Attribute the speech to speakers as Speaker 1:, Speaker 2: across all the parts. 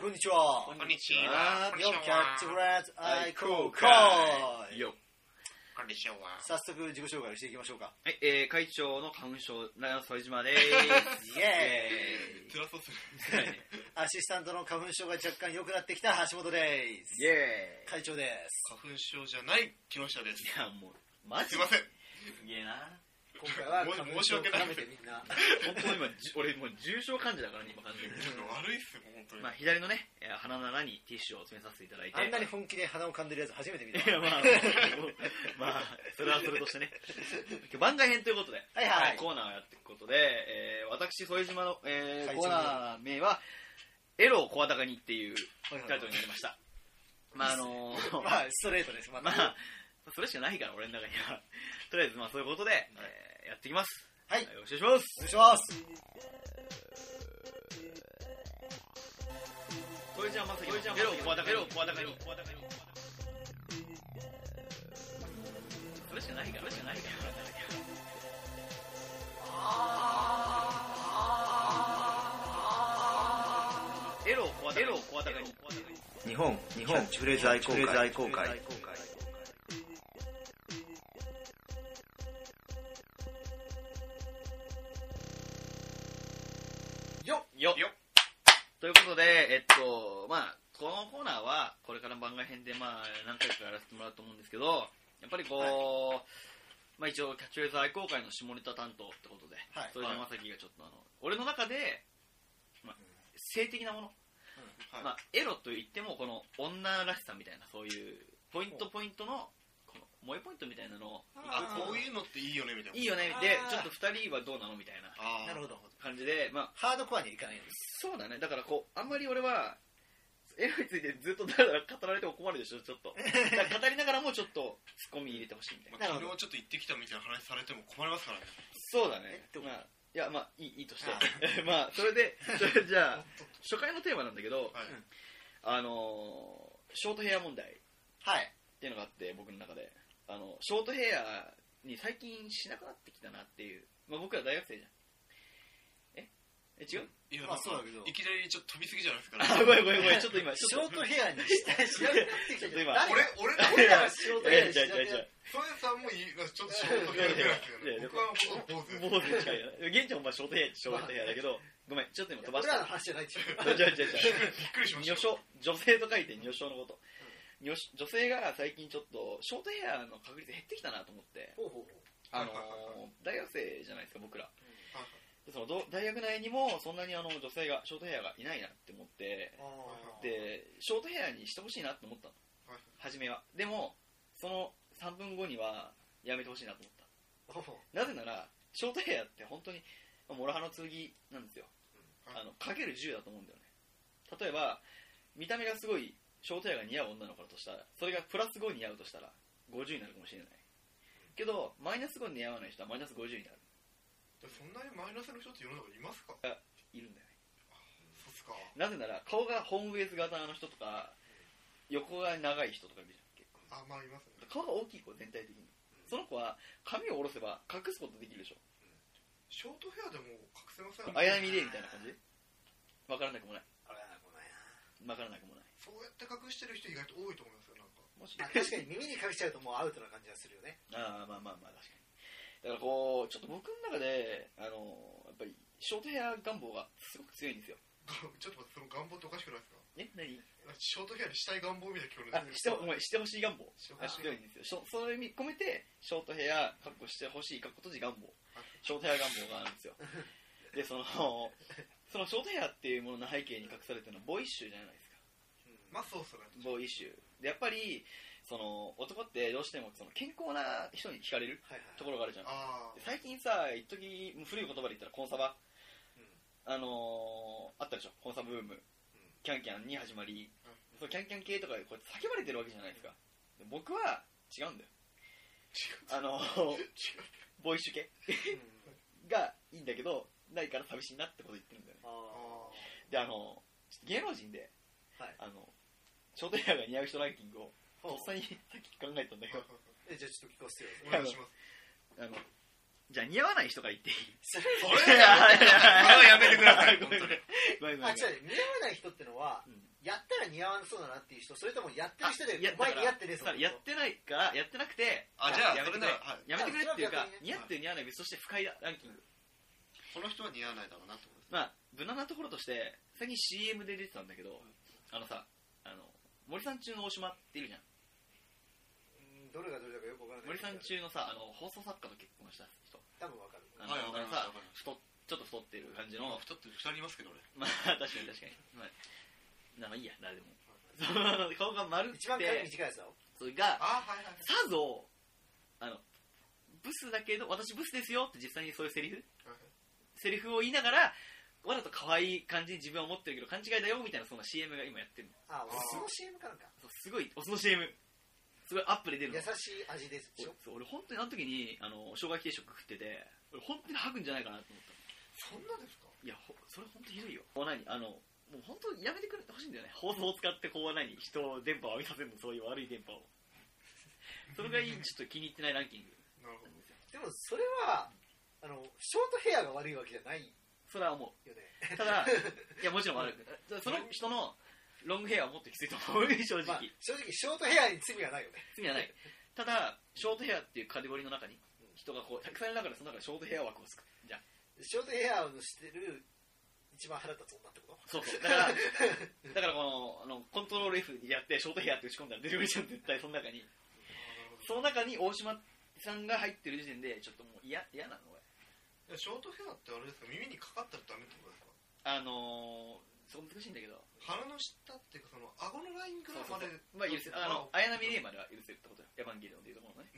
Speaker 1: こんにちは
Speaker 2: こんにちは。こんに
Speaker 1: よ
Speaker 2: ち
Speaker 1: キャッチフ
Speaker 2: は。
Speaker 1: レーズ愛好会
Speaker 3: よ
Speaker 2: こんにちは。
Speaker 1: 早速自己紹介をしていきましょうか
Speaker 3: はい、えー、会長の花粉症、ラ副島でーす。
Speaker 1: イエーイ
Speaker 2: 辛そうする。
Speaker 1: アシスタントの花粉症が若干良くなってきた橋本です
Speaker 3: イエー
Speaker 1: 会長です
Speaker 2: 花粉症じゃない木下 です。
Speaker 3: イ。いや、もう、マジ
Speaker 2: すいません。
Speaker 3: すげえな。
Speaker 1: 今回は花粉
Speaker 2: 申し
Speaker 1: 症を
Speaker 2: 訳ない
Speaker 1: 絡めてみんな
Speaker 3: 本当に今、じ俺もう重症患者だからね、今完全に。
Speaker 2: ちょっと悪いっすよ、本当に。
Speaker 3: まあ、左のね、えー鼻の穴にティッシュを詰めさせていただいて。
Speaker 1: あんなに本気で鼻を噛んでるやつ初めて見た
Speaker 3: いや、まあ、まあ、それはそれとしてね。今日番外編ということで、
Speaker 1: はいはい
Speaker 3: コーナーをやっていくことで、えー、私、副島の、えー、
Speaker 1: 会長
Speaker 3: コーナー名は、エロを声高にっていう
Speaker 1: はいはい
Speaker 3: タイトルになりました。 まあ、あのー
Speaker 1: まあストレートですま
Speaker 3: ま
Speaker 1: た
Speaker 3: あ、それしかないから、俺の中には。とりあえず、まあ、そういうことで、えーやっていきます。
Speaker 1: はい
Speaker 3: よろしくお願いし
Speaker 1: お
Speaker 3: ま
Speaker 1: 願いします
Speaker 3: す。それじゃあ、まず、それじゃあ、ベロを小高に。ベロを小高に。それしかないから、それしかないから。エロを小高に。エロを小高に。
Speaker 1: 日本日本チフレーズ愛好会愛好会よっ
Speaker 3: よ
Speaker 2: よ
Speaker 3: ということで、えっと、まあ、このコーナーは、これから番外編で、まあ、何回かやらせてもらうと思うんですけど、やっぱりこう、まあ一応、キャッチフレーズ愛好会の下ネタ担当ってことで、
Speaker 1: はい
Speaker 3: それでまさきがちょっと、あの、俺の中で、まあ、性的なもの、
Speaker 2: はい
Speaker 3: まあ、エロと言っても、この女らしさみたいな、そういう、ポイントポイントの、この、萌えポイントみたいなのを、
Speaker 2: あ、こういうのっていいよね、みたいな。
Speaker 3: いいよね、
Speaker 1: あー
Speaker 3: で、ちょっと二人はどうなのみたいな
Speaker 2: あー
Speaker 1: なるほど
Speaker 3: 感じで、まあ、
Speaker 1: ハードコアにはいかないんです
Speaker 3: そうだね、だからこう、あんまり俺は、エロについてずっとだらだら語られても困るでしょ、ちょっと。だから語りながらもちょっと、ツッコミ入れてほしいみたいな。
Speaker 2: まあ昨日ちょっと行ってきたみたいな話されても困りますからね。
Speaker 3: そうだ
Speaker 1: え
Speaker 3: ね
Speaker 1: ど。う
Speaker 3: まあ、いや、まあ、いいいいとして
Speaker 1: あ。
Speaker 3: まあ、それで、それじゃあ、初回のテーマなんだけど、
Speaker 2: はい。
Speaker 3: あのーショートヘア問題っ
Speaker 1: はい
Speaker 3: ていうのがあって、僕の中で。あの、ショートヘアに最近しなくなってきたなっていう。まあ、僕ら大学生じゃん。ええ、違 う
Speaker 2: いや、
Speaker 1: まあ
Speaker 2: なんか
Speaker 1: そうだけど
Speaker 2: いきなりちょっと飛びすぎじゃない ですか、
Speaker 3: あ、ごめんごめんごめん。ちょっと今、
Speaker 1: シ
Speaker 3: ち
Speaker 1: ョ
Speaker 3: ょっ
Speaker 1: ー
Speaker 3: と。
Speaker 1: トヘアにしたいしなくなってきたけど
Speaker 3: ちょっと
Speaker 1: 誰
Speaker 3: 今
Speaker 1: が
Speaker 2: 俺、俺、
Speaker 1: 俺らがショートヘアにし
Speaker 3: じゃ
Speaker 1: な
Speaker 3: あ
Speaker 1: く
Speaker 3: じ
Speaker 1: な
Speaker 3: ゃあ
Speaker 1: っ
Speaker 3: じゃあ
Speaker 1: て
Speaker 2: それさんもいい、ちょっとショートヘアみたいなやつだよね僕はもう坊主です
Speaker 3: もう近いよね。現地はお前ショートヘア、ショートヘアだけど、ごめん、ちょっと今飛 ばし
Speaker 1: 俺らの
Speaker 3: た。
Speaker 1: 話じゃないでしょ
Speaker 3: じゃじゃじゃじ
Speaker 2: びっくりし
Speaker 3: ゃ。
Speaker 2: ま
Speaker 3: 女
Speaker 2: した。
Speaker 3: 性、女性と書いて女性のこと。女女性が最近ちょっとショートヘアの確率減ってきたなと思って、
Speaker 1: ほうほうほう
Speaker 3: あのー
Speaker 2: はいはいはい
Speaker 3: 大学生じゃないですか、僕ら。
Speaker 2: はい
Speaker 3: でそのど大学内にもそんなにあの女性がショートヘアがいないなって思って、
Speaker 1: あー
Speaker 3: で、ショートヘアにしてほしいなって思ったの
Speaker 2: はい。
Speaker 3: 初めは。でも、その3分後にはやめてほしいなと思った。
Speaker 1: ほうほう
Speaker 3: なぜなら、ショートヘアって本当に、まあモラハの剣なんですよ。
Speaker 2: うん
Speaker 3: あの、かける10だと思うんだよね。例えば、見た目がすごい、ショートヘアが似合う女の子だとしたら、それがプラス5に似合うとしたら、50になるかもしれない。けど、マイナス5に似合わない人はマイナス50になる。
Speaker 2: そんなにマイナスの人って世の中にいますか
Speaker 3: いるんだよね。
Speaker 2: そうっすか。
Speaker 3: なぜなら、顔がホームベース型の人とか、横が長い人とかいるじゃん。結構
Speaker 2: あ、まあいますね。
Speaker 3: 顔が大きい子、全体的に。その子は、髪を下ろせば隠すことできるでしょ。
Speaker 2: ショートヘアでも隠せません。
Speaker 3: あやみでみたいな感じわからなくもない。
Speaker 1: あれごめん
Speaker 3: わからなくもない。
Speaker 2: そうやって隠してる人意外と多いと思いますよ、なんか。
Speaker 3: もし
Speaker 1: あ確かに耳に隠しちゃうともうアウトな感じがするよね
Speaker 3: ああまあまあまあ確かにだからこうちょっと僕の中であのやっぱりショートヘア願望がすごく強いんですよ
Speaker 2: ちょっと待って、その願望っておかしくないですか
Speaker 3: え何
Speaker 2: ショートヘアにしたい願望みたいな聞こえ
Speaker 3: あ
Speaker 2: るんで
Speaker 3: して
Speaker 2: すけ
Speaker 3: ほ
Speaker 2: ど
Speaker 3: ごめんしてほしい願望
Speaker 2: してほ
Speaker 3: が
Speaker 2: しい
Speaker 3: 強いんですよしょそれに込めてショートヘアかっこしてほしいかっこ閉じ願望ショートヘア願望があるんですよでそのそのショートヘアっていうものの背景に隠されてるのはボーイッシュじゃないですか
Speaker 2: まあそうっすね。
Speaker 3: ボーイッシュでやっぱりその男ってどうしてもその健康な人に惹かれる
Speaker 1: はいはい
Speaker 3: ところがあるじゃん
Speaker 2: ああ。
Speaker 3: 最近さ一時もう古い言葉で言ったらコンサバ、あのーあったでしょコンサブーム、キャンキャンに始まり、
Speaker 2: うん
Speaker 3: そうキャンキャン系とかでこうやって叫ばれてるわけじゃないですか、で僕は違うんだよあのー
Speaker 2: 違う。
Speaker 3: ボーイッシュ系
Speaker 1: うん
Speaker 3: がいいんだけどないから寂しいなってこと言ってるんだよね
Speaker 1: あ
Speaker 2: あ
Speaker 3: であのーちょっと芸能人で、
Speaker 1: はい
Speaker 3: あのショートヘアが似合う人ランキングを
Speaker 1: ー
Speaker 3: とっさにさっき考えたんだけど
Speaker 2: あ。
Speaker 1: えじゃあちょっと聞かせてよ
Speaker 2: お願いします。
Speaker 3: あのじゃあ似合わない人から言っていい
Speaker 4: それ
Speaker 2: そ
Speaker 3: い
Speaker 2: れ
Speaker 3: やいやい
Speaker 2: はやめてください
Speaker 3: ごめんごめんごめんごめ
Speaker 4: あ
Speaker 3: ん
Speaker 4: 違う似合わない人ってのは、
Speaker 3: うん
Speaker 4: やったら似合わなそうだなっていう人それともやってる人で
Speaker 3: や
Speaker 4: お前似合ってねえ
Speaker 3: だ
Speaker 4: ぞ
Speaker 3: からやってないからやってなくて
Speaker 2: あじゃあ
Speaker 3: やめてく
Speaker 2: それな
Speaker 3: れ
Speaker 2: らはい
Speaker 3: やめてくれっていうか
Speaker 4: それは逆に
Speaker 3: 似合ってる似合わない別として不快だランキング
Speaker 5: この人は似合わないだろうなってことです
Speaker 3: まあ無難なところとして最近 CM で出てたんだけどあのさあの森さん中の大島っているじゃん
Speaker 4: うんどれがどれだかよくわからない
Speaker 3: 森さん中のさあの放送作家と結婚した人
Speaker 4: 多分わかる
Speaker 3: あ
Speaker 5: は
Speaker 3: の
Speaker 5: いわかります
Speaker 3: さ
Speaker 5: わかります
Speaker 3: 太っちょっと太ってる感じ
Speaker 5: 今
Speaker 3: の
Speaker 5: 太ってる人いますけど俺
Speaker 3: まあ確かに確かにまあまあいいや誰でも顔が丸く
Speaker 4: 一番髪
Speaker 3: て
Speaker 4: 短いやつだろ
Speaker 3: それが
Speaker 5: あはいはい
Speaker 3: さぞあのブスだけど私ブスですよって実際にそういうセリフセリフを言いながらわざと可愛い感じに自分は思ってるけど勘違いだよみたいなそんな CM が今やってるの
Speaker 4: あお酢の CM かなんか
Speaker 3: そうすごいお酢の CM すごいアップで出る
Speaker 4: 優
Speaker 3: の
Speaker 4: しい味ですでしょ
Speaker 3: そう俺本当にあの時にあの生姜定食食ってて俺本当に吐くんじゃないかなと思った
Speaker 2: そんなですか
Speaker 3: いやほそれ本当ひどいよもう何あのもう本当にやめてくれてほしいんだよね放送を使ってこう何人を電波を浴びさせるのそういう悪い電波をそれがいいちょっと気に入ってないランキング
Speaker 2: なるほど
Speaker 4: でもそれはあのショートヘアが悪いわけじゃないよ
Speaker 3: それは思う
Speaker 4: ね
Speaker 3: た だ、いや、もちろん悪く、その人のロングヘアはもっときついと思う、正直、
Speaker 4: まあ正直ショートヘアに罪はないよね
Speaker 3: 罪はない。ただ、ショートヘアっていうカテゴリーの中に、人がこう、たくさんいる中で、その中でショートヘア枠を作る。じゃあ
Speaker 4: ショートヘアをしてる一番腹立つ女ってこと
Speaker 3: そうそう。だ から、だからこの、あの、コントロール F やって、ショートヘアって打ち込んだら出てくるじゃん、絶対、その中に。その中に、大島さんが入ってる時点で、ちょっともう嫌、嫌なの、俺。
Speaker 2: いやショートヘアってあれですか耳にかかったらダメってことですか
Speaker 3: あのー、そこ難しいんだけど、
Speaker 2: 鼻の下っていうかその顎のラインぐらいまで
Speaker 3: まあ許せる。あの、綾波レイまでは許せるってことよ。エヴァンゲリオンでいうところの ね。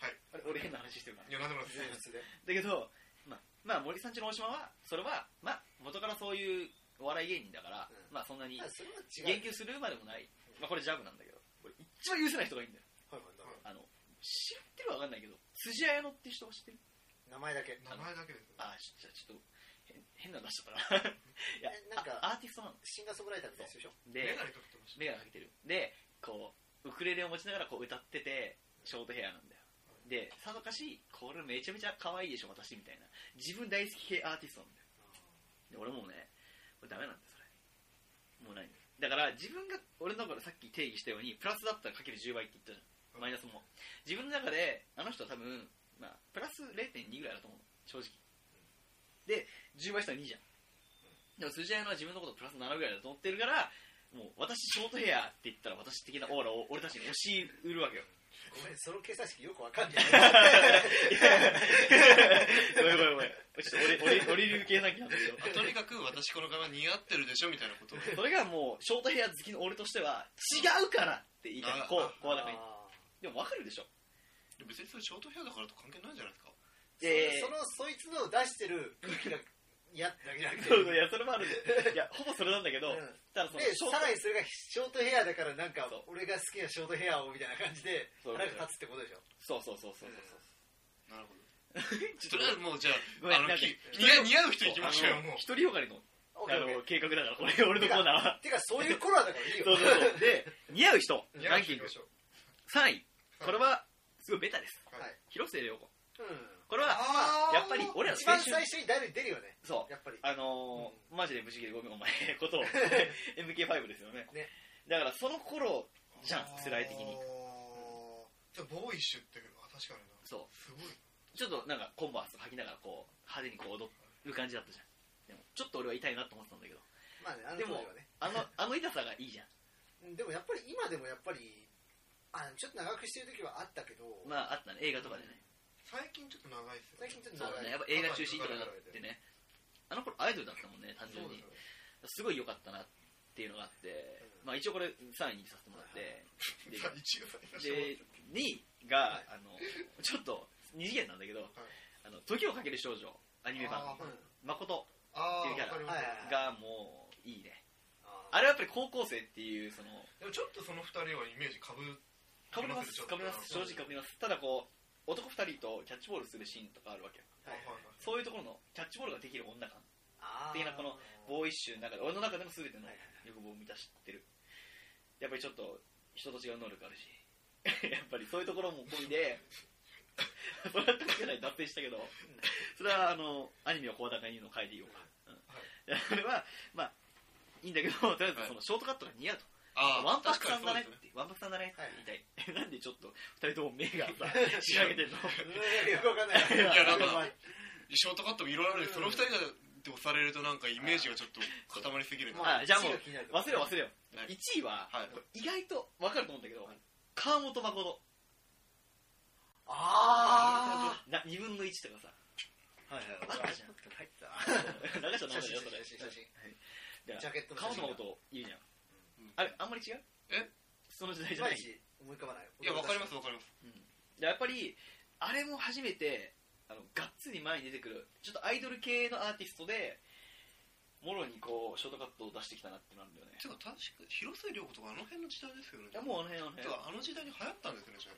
Speaker 2: はい
Speaker 3: あれ、 俺変な話してるから。
Speaker 2: いやなんでもないです
Speaker 4: 全仏で
Speaker 3: だけど、まあ、まあ、森さんちの大島は、それは、まあ、元からそういうお笑い芸人だから、
Speaker 4: うん
Speaker 3: まあ、そんなに
Speaker 4: まあそれは違
Speaker 3: 言
Speaker 4: う
Speaker 3: 及するまでもない、まあ、これジャブなんだけど、俺一番許せない人がいいんだよ。
Speaker 4: はいはいはい
Speaker 3: あの、知ってるはわかんないけど、辻彩乃って人を知ってる
Speaker 4: 名前だけ
Speaker 2: 名前だけですね
Speaker 3: あ、ちょちょっと、変変なの出しちゃったな。い や
Speaker 4: えなんか
Speaker 3: あアーティストなの。
Speaker 4: シンガーソングライターみたいな人でしょ
Speaker 3: で
Speaker 2: メ、ガネかけてました
Speaker 3: メガネかけてる。で、こう、ウクレレを持ちながらこう歌ってて、ショートヘアなんだよ。で、さぞかし、これめちゃめちゃ可愛いでしょ、私みたいな。自分大好き系アーティストなんだよで俺もうねこれダメなんだよそれもうないだから自分が俺だからさっき定義したようにプラスだったらかける10倍って言ったじゃんマイナスも自分の中であの人は多分、まあ、プラス0.2ぐらいだと思う正直で10倍したら2じゃんでも辻合のは自分のことプラス7ぐらいだと思ってるからもう私ショートヘアって言ったら私的なオーラを俺たちに押し売るわけ よ
Speaker 4: ごめんその計算式よくわかんない
Speaker 3: ごめんごめんごめんちょっと俺俺俺流計算機なんですよ
Speaker 5: あとにかく私この柄似合ってるでしょみたいなことを
Speaker 3: それがもうショートヘア好きの俺としては違うからって言いたい
Speaker 5: あ
Speaker 3: こう
Speaker 5: あ
Speaker 3: こうだから
Speaker 4: あ
Speaker 3: でも分かるでしょ
Speaker 5: 別にそれショートヘアだからと関係ないんじゃないですか
Speaker 3: で
Speaker 4: ーそのそいつの出してる空気が嫌ってだけじゃなくて
Speaker 3: そうそういやそれもあるんでい やほぼそれなんだけど、
Speaker 4: うん
Speaker 3: ただその
Speaker 4: で
Speaker 3: ショー
Speaker 4: さ
Speaker 3: ト
Speaker 4: らにそれがショートヘアだからなんか
Speaker 3: そう
Speaker 4: 俺が好きなショートヘアをみたいな感じで
Speaker 3: そう
Speaker 4: 腹が立つってことでしょ
Speaker 3: そうそうそうそうそう
Speaker 5: なるほど
Speaker 3: ち
Speaker 5: と
Speaker 3: ょっ
Speaker 5: りあえずもうじゃ
Speaker 3: ごめん
Speaker 5: ああの
Speaker 3: なんか
Speaker 5: き似合う似合う人いきましょうよ
Speaker 3: あの
Speaker 5: もう
Speaker 3: 一人よがりのあ
Speaker 4: OK
Speaker 3: の計画だからこれ俺のコーナーは
Speaker 4: OK てかそういうコラだからいいよ
Speaker 3: そうそうそうで似合う人
Speaker 2: 似合
Speaker 3: ラ
Speaker 2: う
Speaker 3: ンキ
Speaker 2: 人い
Speaker 3: ン
Speaker 2: き
Speaker 3: グ
Speaker 2: ましょう
Speaker 3: 3位これはすごいベタです、
Speaker 2: はい
Speaker 3: 広末涼子
Speaker 4: うん
Speaker 3: これは
Speaker 2: あー
Speaker 3: やっぱり俺らの
Speaker 4: 一
Speaker 3: 青
Speaker 4: 番
Speaker 3: 春
Speaker 4: 最初に誰に出るよね
Speaker 3: そう
Speaker 4: やっぱり
Speaker 3: あのーマジで無事でごめんお 前ことを MK5 ですよね
Speaker 4: ね
Speaker 3: だからその頃じゃん世代的に
Speaker 2: あーじゃあボーイッシュってあ確かにな
Speaker 3: そ
Speaker 2: すごいう
Speaker 3: ちょっとなんかコンバース履きながらこう派手にこう踊る感じだったじゃんでもちょっと俺は痛いなと思ってたんだけど
Speaker 4: まあねあの
Speaker 3: で
Speaker 4: 当時
Speaker 3: も
Speaker 4: はね
Speaker 3: あ のあの痛さがいいじゃん
Speaker 4: うんでもやっぱり今でもやっぱりあちょっと長くしてる時はあったけど
Speaker 3: まああったね映画とかでね
Speaker 2: 最近ちょっと長いですよ
Speaker 4: 最近ちょっ
Speaker 3: そ
Speaker 4: と
Speaker 3: うだ
Speaker 4: 長い
Speaker 3: ねやっぱ映画中心とかになってねあの頃アイドルだったもんね単純
Speaker 2: そうです
Speaker 3: にすごい
Speaker 2: よね
Speaker 3: 良かったなっていうのがあって
Speaker 4: う
Speaker 3: ま
Speaker 4: ん
Speaker 3: あ一応これ3位にさせてもらってで
Speaker 2: さあ一応最初
Speaker 3: で2位があのちょっと二次元なんだけど、あの時をかける少女アニメ版
Speaker 2: あ
Speaker 4: う
Speaker 2: ー
Speaker 4: ん
Speaker 3: 誠
Speaker 2: あ
Speaker 3: っていうキャラ
Speaker 2: ーわかりまし
Speaker 4: はい
Speaker 2: た
Speaker 4: はい
Speaker 3: がもういいね
Speaker 4: あ
Speaker 3: あれはやっぱり高校生っていうその
Speaker 2: でもちょっとその二人はイメージかぶ
Speaker 3: かぶりますかぶります正直かぶりますただこう男2人とキャッチボールするシーンとかあるわけよ
Speaker 4: はいはい
Speaker 3: そういうところのキャッチボールができる女感っ
Speaker 4: あ
Speaker 3: ていうのはこのボーイッシュの中で俺の中でも全ての欲望を満たしてる やっぱりちょっと人と違う能力あるしやっぱりそういうところも込みでそれは関係ない脱線したけどそれはあのアニメは小高いいの変えていいようか、うんいやそれはま あいいんだけどとりあえずそのショートカットが似合うと、
Speaker 5: あ
Speaker 3: ワンパクさんだね
Speaker 5: 確かにそう
Speaker 3: っ
Speaker 5: です
Speaker 3: てワンパクさんだねって
Speaker 4: はい
Speaker 3: 言いたい、なんでちょっと2人とも目が さ仕上げてるの
Speaker 4: よくわかんない
Speaker 3: い や
Speaker 5: なんか
Speaker 4: まあ
Speaker 5: ショートカットもいろいろあるんでその二人がで押されるとなんかイメージがちょっと固まりすぎるな
Speaker 3: まあじゃあもう
Speaker 4: 位置が気になる
Speaker 3: 忘れよう忘れよう、
Speaker 5: はい
Speaker 3: 1位は、
Speaker 5: はい
Speaker 3: これ意外と分かると思うんだけど、川本誠
Speaker 4: あ
Speaker 3: な2分の1とかさ
Speaker 1: はいはい
Speaker 3: あったじゃん
Speaker 1: 入った
Speaker 3: 流しちゃ
Speaker 4: ー
Speaker 3: ダ
Speaker 4: 写
Speaker 3: メだよそれだか
Speaker 4: 真写真写真ジャケット
Speaker 3: ら
Speaker 4: の
Speaker 3: 川
Speaker 4: 写
Speaker 3: 本
Speaker 4: 真が
Speaker 3: 誠いいじゃん
Speaker 5: うん
Speaker 3: あれあんまり違う
Speaker 5: え
Speaker 3: その時代
Speaker 4: い
Speaker 3: じゃな
Speaker 4: ま
Speaker 3: い
Speaker 4: いち思い浮かばない
Speaker 5: いやわかりますわかります
Speaker 3: でやっぱりあれも初めてあのがっつり前に出てくるちょっとアイドル系のアーティストでもろにこうショートカットを出してきたなってなるんだよね
Speaker 5: てか確か広末涼子とかあの辺の時代ですよね
Speaker 3: いやもうあの辺あの
Speaker 5: て
Speaker 3: 辺
Speaker 5: かあの時代に流行ったんですねじゃ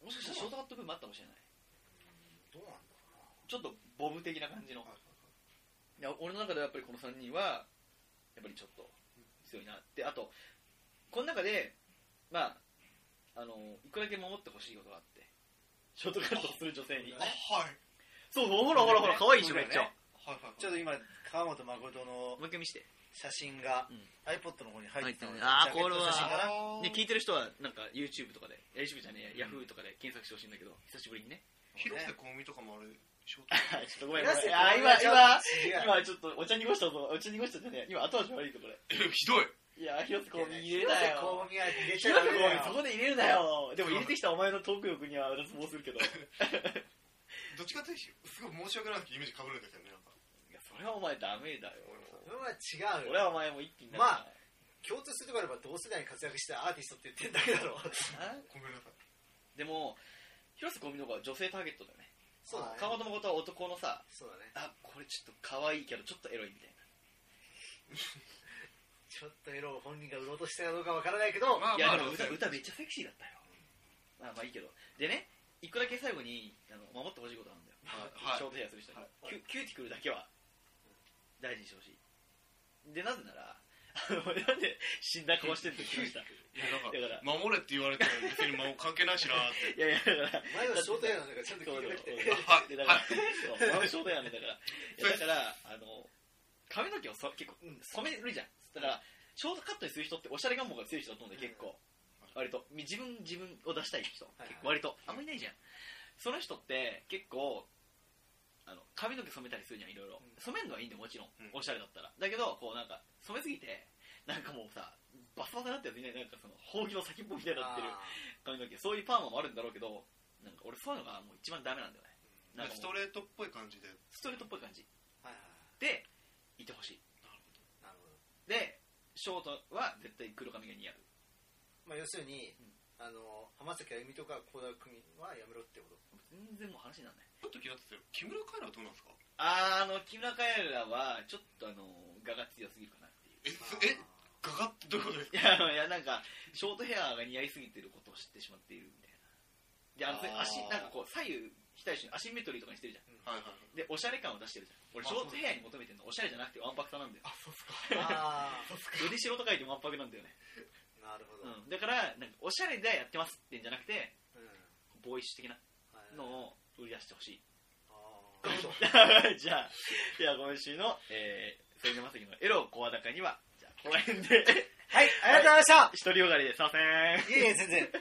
Speaker 3: もしかしたらショートカット部分もあったかもしれない
Speaker 4: どうなんだ
Speaker 3: ちょっとボブ的な感じの
Speaker 4: ろう
Speaker 3: いや俺の中ではやっぱりこの3人はやっぱりちょっと強いなってあとこの中でまああの一個だけ守ってほしいことがあってショートカットをする女性に
Speaker 5: あはい
Speaker 3: そうそうほらほらほら可愛いでし
Speaker 1: そ
Speaker 3: ょ
Speaker 1: う
Speaker 3: め
Speaker 1: だ
Speaker 3: っ
Speaker 1: よね
Speaker 3: ちゃ
Speaker 5: はいはいはい
Speaker 1: ちょっと今川本誠の
Speaker 3: もう一回見して
Speaker 1: 写真が
Speaker 3: うん
Speaker 1: iPod の方に入ってたのでジ
Speaker 3: 入ってたねあー
Speaker 1: ャケットの写真かな
Speaker 5: あー
Speaker 3: ね、聞いてる人はなんか YouTube とかで、いや YouTube じゃねえ、Yahoo とかで検索してほしいんだけど、久しぶりにね。
Speaker 5: 広瀬香美とかもあれショート
Speaker 3: ちょっとごめん、
Speaker 4: な
Speaker 3: ご
Speaker 4: ぜ
Speaker 3: めん。
Speaker 4: こ
Speaker 3: あ
Speaker 4: れ
Speaker 3: 今、今、今
Speaker 4: 違う
Speaker 3: ちょっとお茶濁したぞ、お茶濁したじゃねえ。今、後味悪いぞ、これ。
Speaker 5: え ひどい
Speaker 3: いや、広瀬香美入れ
Speaker 4: 広
Speaker 3: な
Speaker 4: 瀬香
Speaker 3: よ。
Speaker 4: 美は入れち
Speaker 3: 広
Speaker 4: ゃダ
Speaker 3: 瀬
Speaker 4: メ
Speaker 3: 香美、
Speaker 4: だ
Speaker 3: そ
Speaker 4: よ
Speaker 3: こで入れるなよ。でも入れてきたお前のトーク力には脱帽するけど。い
Speaker 5: どっちかというとすごい申し訳ないですけどイメージかぶるんですよねなんか
Speaker 3: や、それはお前ダメだよ。
Speaker 4: それは違うよ
Speaker 3: 俺はお前も一気にな
Speaker 4: まあ共通するとこあれば同世代に活躍したアーティストって言ってんだけだろ
Speaker 3: あ、
Speaker 5: ごめんなさい
Speaker 3: でも、広瀬香美の方が女性ターゲットだよね。
Speaker 4: そうだね
Speaker 3: 川本ことは男のさ、
Speaker 4: そうだね
Speaker 3: あ、これちょっと可愛いけど、ちょっとエロいみたいな。
Speaker 4: ちょっとエロを本人が売ろうとしたかどうかわからないけど
Speaker 5: まあ
Speaker 3: いや
Speaker 5: まあ
Speaker 3: でも歌
Speaker 5: そうですね
Speaker 3: 歌めっちゃセクシーだったよまあまあいいけどでね一個だけ最後にあの守ってほしいことなんだよ、
Speaker 5: はい
Speaker 3: ショートヘアする人
Speaker 5: は
Speaker 3: に、
Speaker 5: い
Speaker 3: キュキューティクルだけは大事にしてほしいでなぜならあのなんで死んだ顔してるの聞きましたい
Speaker 5: いやなんか
Speaker 3: だから
Speaker 5: 守れって言われても別にもう関係ないしなーって
Speaker 3: やいやだから
Speaker 4: 前はショートヘアなんだ からちゃんと
Speaker 3: そう
Speaker 4: 聞
Speaker 3: だよ
Speaker 4: いてくれて
Speaker 5: はい
Speaker 3: でだからそう俺もショートヘアなんだからいやだからあの髪の毛をそ結構
Speaker 4: うん
Speaker 3: 染めるじゃんだからショートカットにする人っておしゃれ願望が強い人だと思うんだよ結構割と自分自分を出したい人
Speaker 4: はい
Speaker 3: 結構割とあんまりいないじゃんその人って結構あの髪の毛染めたりするじゃんいろいろ
Speaker 4: うん
Speaker 3: 染めるのはいいんだよもちろん
Speaker 5: うん
Speaker 3: おしゃれだったらだけどこうなんか染めすぎてなんかもうさバサバサになってるやついないなんかそのほうきの先っぽみたいになってる
Speaker 4: あ
Speaker 3: 髪の毛そういうパーマもあるんだろうけどなんか俺そういうのがもう一番ダメなんだよねなんか
Speaker 5: ス
Speaker 3: も
Speaker 5: ト
Speaker 3: う
Speaker 5: レートっぽい感じで
Speaker 3: ストレートっぽい感じ
Speaker 4: ーはいはい
Speaker 3: でいてほしい
Speaker 4: はいなるほど
Speaker 3: でショートは絶対黒髪が似合う
Speaker 4: まあ要するに
Speaker 3: うん
Speaker 4: あの浜崎あゆみとか倖田來未はやめろってこと
Speaker 3: 全然もう話にならない
Speaker 5: ちょっと気になってたよ木村カエラはどうなんですか
Speaker 3: あーあの木村カエラはちょっとあの画が強すぎるかなっていう
Speaker 5: えすえガガってどういうことですか
Speaker 3: いやあのいやなんかショートヘアが似合いすぎてることを知ってしまっているみたいなであの
Speaker 5: あー
Speaker 3: 足なんかこう左右左右にアシンメトリーとかにしてるじゃん
Speaker 5: はいはいはい
Speaker 3: でおしゃれ感を出してるじゃん俺ショートヘアに求めてるのおしゃれじゃなくてワンパクさなんだよ
Speaker 5: あそうっす か
Speaker 4: あ
Speaker 3: 腕白と書いてワンパクなんだよね、
Speaker 4: あなるほどうん
Speaker 3: うん、だからなんかおしゃれでやってますってんじゃなくてボーイッシュ的な
Speaker 4: はい
Speaker 3: のを売り出してほしい
Speaker 4: あ ー
Speaker 3: じゃあ、では今週の、えー、それでまさきのエロを声高には、じゃあ、この辺で、
Speaker 4: はいありがとうございました
Speaker 3: 一人よがりですいません。
Speaker 4: いえいえ全然